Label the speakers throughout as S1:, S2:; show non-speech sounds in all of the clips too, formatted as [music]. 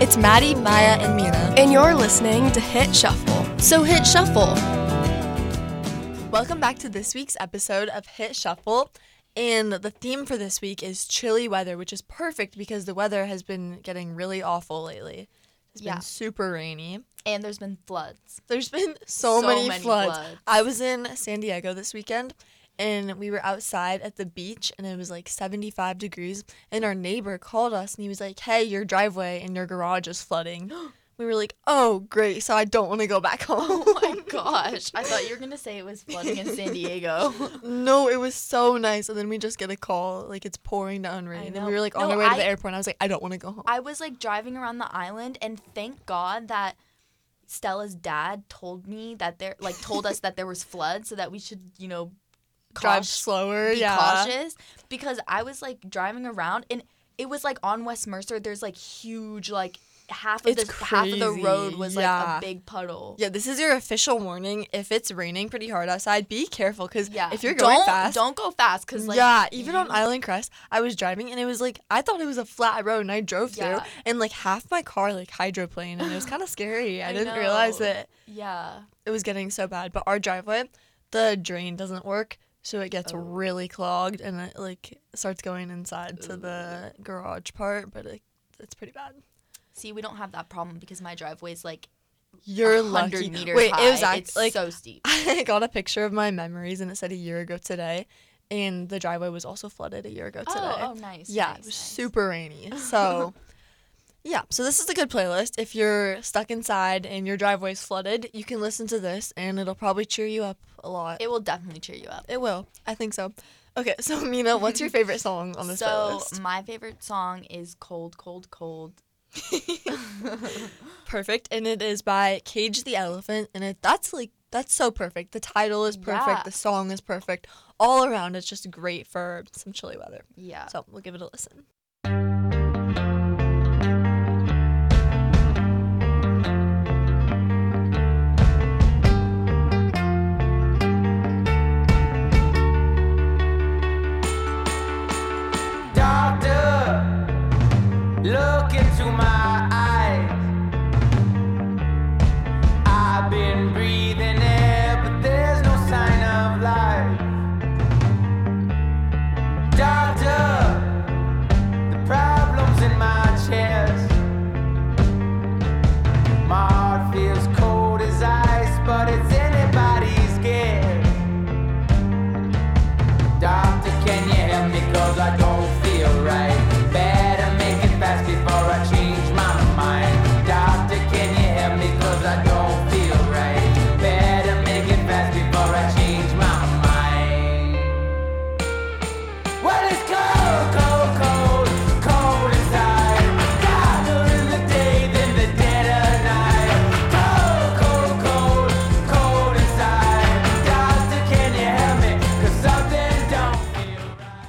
S1: It's Maddie, Maya, and Mina.
S2: And you're listening to Hit Shuffle.
S1: So hit shuffle.
S2: Welcome back to this week's episode of Hit Shuffle. And the theme for this week is chilly weather, which is perfect because the weather has been getting really awful lately. It's
S1: Yeah.
S2: been super rainy.
S1: And there's been floods.
S2: There's been [laughs] so,
S1: So
S2: many,
S1: many
S2: floods.
S1: floods.
S2: I was in San Diego this weekend and we were outside at the beach and it was like 75 degrees and our neighbor called us and he was like, "Hey, your driveway and your garage is flooding." [gasps] we were like, "Oh, great. So I don't want to go back [laughs] home."
S1: Oh my gosh. I thought you were going to say it was flooding in
S2: [laughs]
S1: San Diego.
S2: No, it was so nice. And then we just get a call, like it's pouring down rain. And
S1: know.
S2: we were like on
S1: No,
S2: our way to the
S1: I-
S2: airport. And I was like, I don't want to go home.
S1: I was like driving around the island, and thank God that Stella's dad told me that there, like, told us that there was floods so that we should, you know,
S2: Drive
S1: cautious-
S2: slower,
S1: be
S2: yeah.
S1: cautious because I was like driving around and it was like on West Mercer. There's like huge like half of
S2: It's
S1: the half of the
S2: crazy,
S1: road was like
S2: yeah.
S1: a big puddle.
S2: Yeah, this is your official warning. If it's raining pretty hard outside, be careful because
S1: Yeah.
S2: if you're going
S1: don't,
S2: fast,
S1: don't go fast because like mm-hmm.
S2: yeah, even on Island Crest, I was driving and it was like I thought it was a flat road and I drove
S1: Yeah.
S2: through and like half my car like hydroplaned and it was kind of scary. I,
S1: I
S2: didn't realize
S1: know.
S2: that
S1: yeah
S2: it was getting so bad. But our driveway, the drain doesn't work, so it gets
S1: Oh.
S2: really clogged and it like starts going inside to the garage part. But it, it's pretty bad.
S1: see we don't have that problem because my driveway's like
S2: You're
S1: 100
S2: lucky.
S1: meters
S2: Wait,
S1: high.
S2: it was act-
S1: it's
S2: like
S1: so steep
S2: [laughs] I got a picture of my memories and it said a year ago today, and the driveway was also flooded a year ago today.
S1: oh, oh nice
S2: yeah, it
S1: nice,
S2: was
S1: nice.
S2: super rainy.
S1: [laughs]
S2: So. Yeah, so this is a good playlist. If you're stuck inside and your driveway's flooded, you can listen to this and it'll probably cheer you up a lot.
S1: it will definitely cheer you up
S2: It will. I think so. Okay, [laughs] so Mina, what's your favorite song on [laughs] this
S1: so
S2: playlist?
S1: my favorite song is cold cold cold
S2: Perfect, and it is by Cage the Elephant, and it that's like that's so perfect. The title is perfect.
S1: Yeah.
S2: The song is perfect. All around, it's just great for some chilly weather.
S1: yeah
S2: So we'll give it a listen.
S3: Doctor, look into my eyes. I've been breathing air, but there's no sign of life. Doctor, the problem's in my chest. My heart feels cold as ice, but it's anybody's guess. Doctor, can you help me? Cause I don't feel right. Better make it fast before I change my mind. Doctor, can you help me? Cause I don't feel right. Better make it fast before I change my mind. Well, it's cold, cold, cold, cold inside. Hotter in the day than the dead of night. Cold, cold, cold, cold inside. Doctor, can you help me? Cause something don't feel right.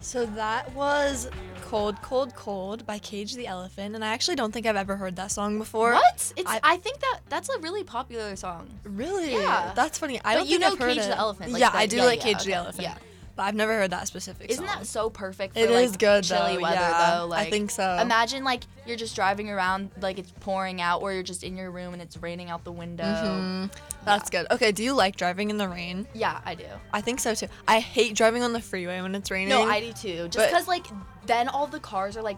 S2: So that was "Cold, Cold, Cold" by Cage the Elephant, and I actually don't think I've ever heard that song before.
S1: what it's
S2: I-
S1: I, think that that's a really popular song
S2: Really?
S1: Yeah.
S2: That's funny. I
S1: But
S2: don't
S1: you
S2: think
S1: know
S2: I've heard
S1: Cage the
S2: it.
S1: Elephant, like
S2: yeah,
S1: the-
S2: I do
S1: yeah,
S2: like
S1: yeah,
S2: Cage the
S1: okay,
S2: Elephant.
S1: yeah.
S2: But I've never heard that specific
S1: Isn't
S2: song.
S1: that so perfect for
S2: It
S1: like
S2: is good,
S1: chilly
S2: though.
S1: weather
S2: Yeah, I
S1: though? Like
S2: think so.
S1: Imagine like you're just driving around like it's pouring out or you're just in your room and it's raining out the window. Mm-hmm.
S2: Mhm. That's good. Okay, do you like driving in the rain?
S1: Yeah, I do.
S2: I think so too. I hate driving on the freeway when it's raining.
S1: No, I do too. Just
S2: But-
S1: because like then all the cars are like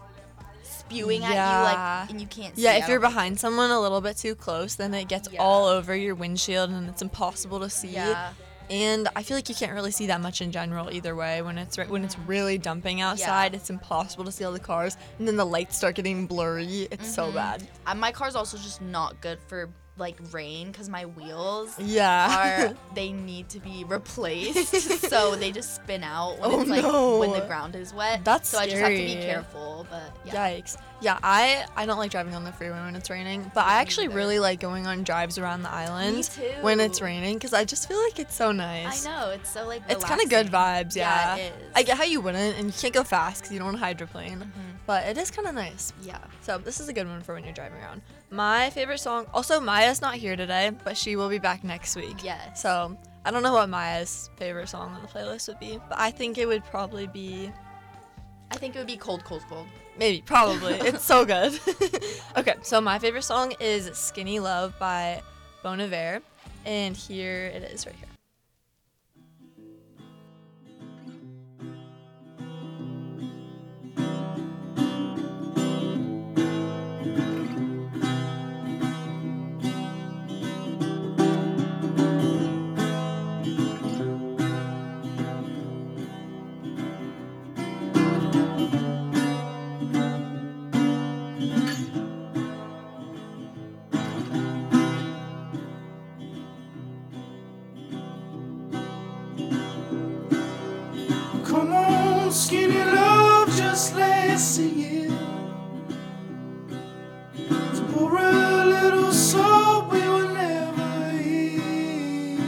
S1: spewing at you
S2: Yeah.
S1: like and you can't see.
S2: Yeah,
S1: I
S2: if you're
S1: don't-
S2: behind someone a little bit too close, then it gets
S1: Yeah.
S2: all over your windshield and it's impossible to see.
S1: Yeah.
S2: And I feel like you can't really see that much in general either way. When it's re- when it's really dumping outside, it's impossible to see all the cars, and then the lights start getting blurry. It's so bad.
S1: Uh, my car's also just not good for like rain because my wheels
S2: Yeah.
S1: are
S2: [laughs]
S1: they need to be replaced so they just spin out when
S2: Oh,
S1: it's like when the
S2: no.
S1: ground is wet
S2: That's
S1: so i just have to be
S2: scary.
S1: careful but yeah
S2: Yikes. Yeah, I I don't like driving on the freeway when it's raining, but I actually
S1: neither.
S2: really like going on drives around the island when it's
S1: too.
S2: raining because I just feel like it's so
S1: I
S2: nice.
S1: know it's so like
S2: It's kind of good
S1: relaxing.
S2: vibes, yeah.
S1: it is. Mm-hmm.
S2: I get how you wouldn't, and you can't go fast because you don't want to hydroplane, but it is kind of nice.
S1: Yeah.
S2: So this is a good one for when you're driving around. My favorite song. Also, Maya's not here today, but she will be back next week.
S1: Yes.
S2: So I don't know what Maya's favorite song on the playlist would be, but I think it would probably be
S1: I think it would be cold, cold, cold.
S2: Maybe, probably. it's so good. [laughs] okay, so my favorite song is Skinny Love by Bon Iver, and here it is right here.
S4: Come on, skinny love, just let's sing it. To pour a little salt we will never hear.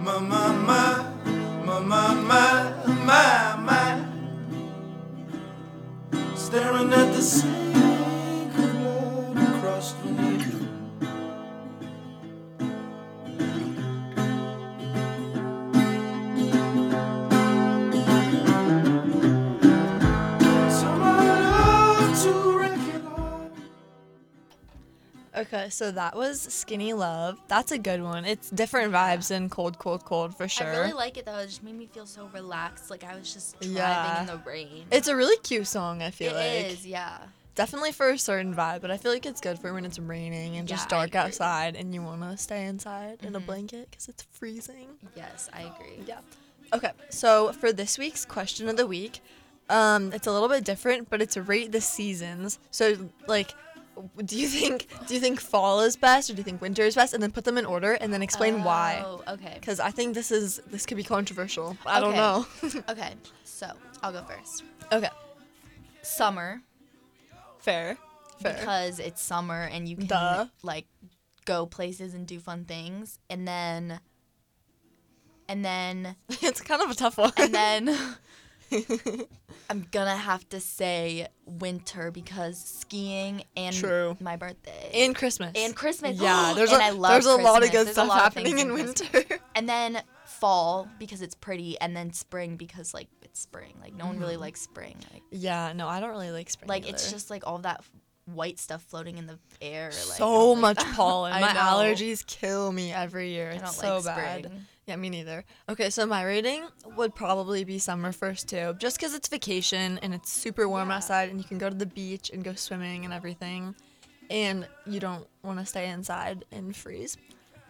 S4: My, my, my, my, my, my, my, my. Staring at the sink of blood across from me. Some I love to regular.
S2: Okay, so that was Skinny Love. That's a good one. It's different vibes than Cold, Cold, Cold for sure.
S1: I really like it though. It just made me feel so relaxed. Like I was just driving
S2: Yeah.
S1: in the rain.
S2: it's a really cute song, I feel
S1: It
S2: like.
S1: is, yeah.
S2: Definitely for a certain vibe, but I feel like it's good for when it's raining and just
S1: Yeah, I
S2: dark
S1: agree. Mm-hmm.
S2: outside and you want to stay inside in a blanket because it's freezing.
S1: Yes, I agree.
S2: Yeah. Okay. So for this week's question of the week, um, it's a little bit different, but it's rate the seasons. So like, w- do you think do you think fall is best or do you think winter is best? And then put them in order and then explain why.
S1: Oh, okay.
S2: Because I think this is this could be controversial. I don't
S1: [laughs] Okay.
S2: know.
S1: Okay, so I'll go first.
S2: okay.
S1: Summer,
S2: Fair. Fair.
S1: because it's summer and you can
S2: Duh.
S1: like go places and do fun things, and then, and then,
S2: [laughs] it's kind of a tough one. [laughs]
S1: and then. I'm gonna have to say winter because skiing and
S2: True.
S1: my birthday
S2: and Christmas.
S1: And Christmas. [gasps]
S2: Yeah, there's
S1: and
S2: a,
S1: I love
S2: there's a lot of
S1: Christmas.
S2: good
S1: There's a
S2: stuff
S1: lot of
S2: happening
S1: things
S2: in
S1: Christmas.
S2: winter. [laughs]
S1: and then fall because it's pretty and then spring because like it's spring like no one really likes spring like
S2: yeah, no, I don't really like spring.
S1: like it's
S2: Mm-hmm. either.
S1: just like all that white stuff floating in the air like oh
S2: so much
S1: [laughs]
S2: pollen.
S1: I
S2: My
S1: know.
S2: allergies kill me every year.
S1: I
S2: It's
S1: don't
S2: so
S1: like
S2: bad.
S1: spring.
S2: Yeah, me neither. Okay, so my rating would probably be summer first too, just because it's vacation and it's super warm
S1: Yeah.
S2: outside, and you can go to the beach and go swimming and everything, and you don't want to stay inside and freeze.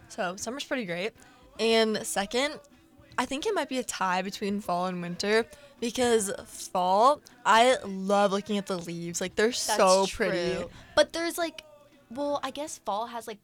S2: So summer's pretty great. And second, I think it might be a tie between fall and winter because fall, I love looking at the leaves. Like they're
S1: That's
S2: so pretty.
S1: true. but there's like well I guess fall has like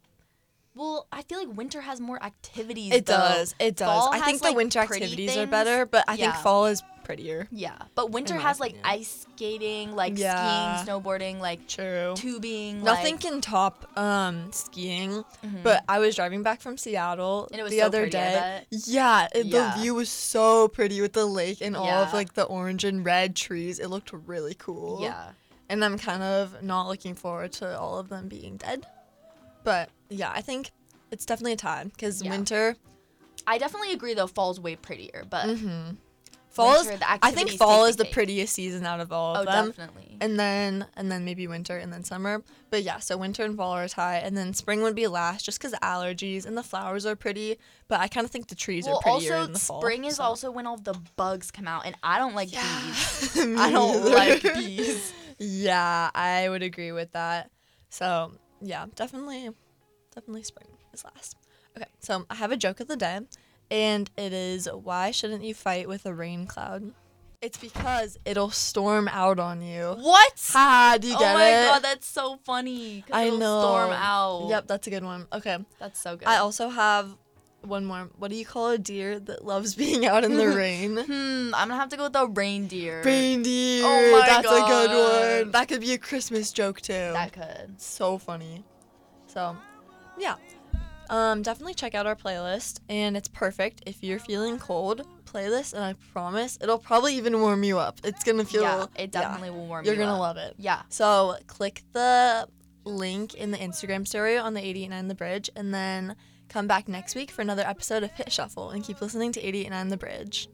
S1: well I feel like winter has more activities
S2: It
S1: though.
S2: does. It does.
S1: Fall
S2: I
S1: has,
S2: think the
S1: like,
S2: winter
S1: pretty
S2: activities are
S1: things.
S2: better, but I
S1: Yeah.
S2: think fall is prettier.
S1: yeah but winter
S2: my
S1: has like
S2: opinion.
S1: ice skating like
S2: Yeah.
S1: skiing snowboarding like
S2: True.
S1: tubing
S2: Nothing
S1: like, Mm-hmm.
S2: can top um, skiing, but I was driving back from Seattle
S1: And it was
S2: the
S1: so
S2: other
S1: pretty, I
S2: day.
S1: bet.
S2: Yeah, it,
S1: Yeah.
S2: the view was so pretty with the lake and all of
S1: Yeah.
S2: like the orange and red trees. It looked really cool.
S1: yeah
S2: and I'm kind of not looking forward to all of them being dead. But yeah, I think it's definitely a tie because
S1: Yeah.
S2: winter,
S1: I definitely agree though fall's way prettier, but
S2: Mm-hmm. fall is.
S1: Winter, the
S2: I think
S1: activities
S2: fall
S1: take
S2: is
S1: the
S2: the
S1: cake.
S2: prettiest season out of all
S1: oh
S2: of them.
S1: definitely.
S2: and then and then maybe winter and then summer but yeah so winter and fall are a tie and then spring would be last just because allergies and the flowers are pretty but i kind of think the trees
S1: well,
S2: are prettier
S1: also
S2: in the fall
S1: spring is
S2: so. [laughs]
S1: also when all the bugs come out, and I don't like bees.
S2: Me
S1: I don't
S2: [laughs] either.
S1: like bees.
S2: yeah i would agree with that so yeah definitely definitely spring is last okay so i have a joke of the day and it is why shouldn't you fight with a rain cloud it's because it'll storm out on you
S1: What?
S2: ha do you
S1: oh
S2: get
S1: my
S2: it
S1: god, that's so funny. 'cause
S2: I
S1: it'll
S2: know.
S1: Storm out.
S2: Yep, that's a good one. Okay.
S1: that's so good.
S2: I also have one more. What do you call a deer that loves [laughs] being out in
S1: [laughs]
S2: the rain?
S1: hmm, I'm gonna have to go with the reindeer.
S2: Reindeer.
S1: Oh my
S2: that's a good
S1: God.
S2: one. That could be a Christmas joke too.
S1: That could.
S2: so funny. So, yeah. Um, definitely check out our playlist, and it's perfect if you're feeling cold. Playlist, and I promise it'll probably even warm you up. It's gonna feel.
S1: yeah, it definitely will warm
S2: You're
S1: you
S2: gonna
S1: up.
S2: love it.
S1: Yeah.
S2: So click the link in the Instagram story on the 889 The Bridge and then come back next week for another episode of Hit Shuffle and keep listening to 889 The Bridge.